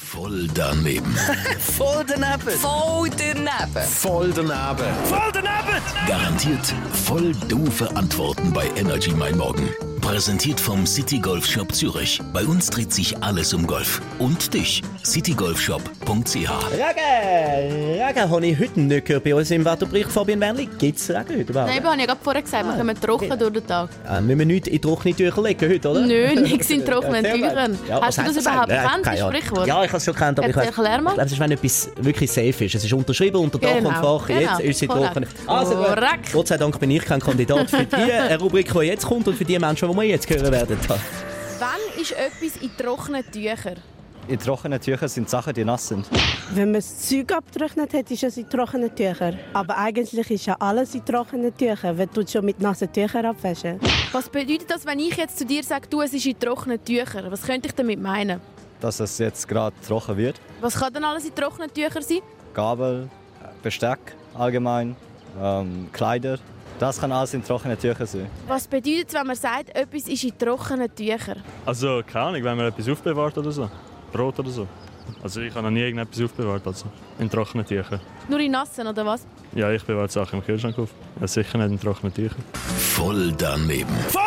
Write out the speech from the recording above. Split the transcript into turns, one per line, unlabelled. Voll daneben.
Voll daneben.
Voll daneben.
Voll daneben. Garantiert voll doofe Antworten bei Energy Mein Morgen. Präsentiert vom City Golf Shop Zürich. Bei uns dreht sich alles um Golf. Und dich, citygolfshop.ch.
Regen, Regen habe ich heute nicht gehört. Bei uns im Wetterbericht, Fabian Wernli, gibt es Regen heute überhaupt?
Nein, aber habe ich ja gerade vorher gesagt,
Ah.
wir kommen trocken durch den Tag.
Äh, müssen wir nichts in trockene Tücher legen heute, oder?
Nö, nichts in
Ja,
trockenen
sehr gut.
Tüchern.
Ja, was
Hast du
heisst
das dus überhaupt
eigentlich?
gekannt,
Keine
das
Ahnung.
Sprichwort?
Ja, ich habe es schon gekannt, aber ich weiß.
Erklär mal.
Ich glaube, es ist, wenn etwas wirklich safe ist. Es ist unterschrieben unter Dach
Genau,
und Fach. Jetzt
genau,
ist sie
korrekt.
trocken. Also gut.
Korrekt.
Gott sei Dank bin ich kein Kandidat für die äh, Rubrik, die jetzt kommt und für die Menschen, die wir jetzt hören werden.
Wann ist etwas in trockenen Tüchern?
In trockenen Tüchern sind Sachen, die nass sind.
Wenn man das Zeug abgetrocknet hat, ist es in trockenen Tüchern. Aber eigentlich ist ja alles in trockenen Tüchern. Wer tut schon mit nassen Tüchern abwaschen?
Was bedeutet das, wenn ich jetzt zu dir sage, du, es ist in trockenen Tüchern? Was könnte ich damit meinen?
Dass es jetzt gerade trocken wird.
Was kann denn alles in trockenen Tüchern sein?
Gabel, äh, Besteck allgemein, ähm, Kleider. Das kann alles in trockenen Tüchern sein.
Was bedeutet es, wenn man sagt, etwas ist in trockenen Tüchern?
Also, keine Ahnung, wenn man etwas aufbewahrt oder so. Brot oder so. Also, ich habe noch nie irgendetwas aufbewahrt. Also, in trockenen Tüchern.
Nur in nassen, oder was?
Ja, ich bewahre Sachen im Kühlschrank auf. Ja, sicher nicht in trockenen Tüchern.
Voll daneben. Voll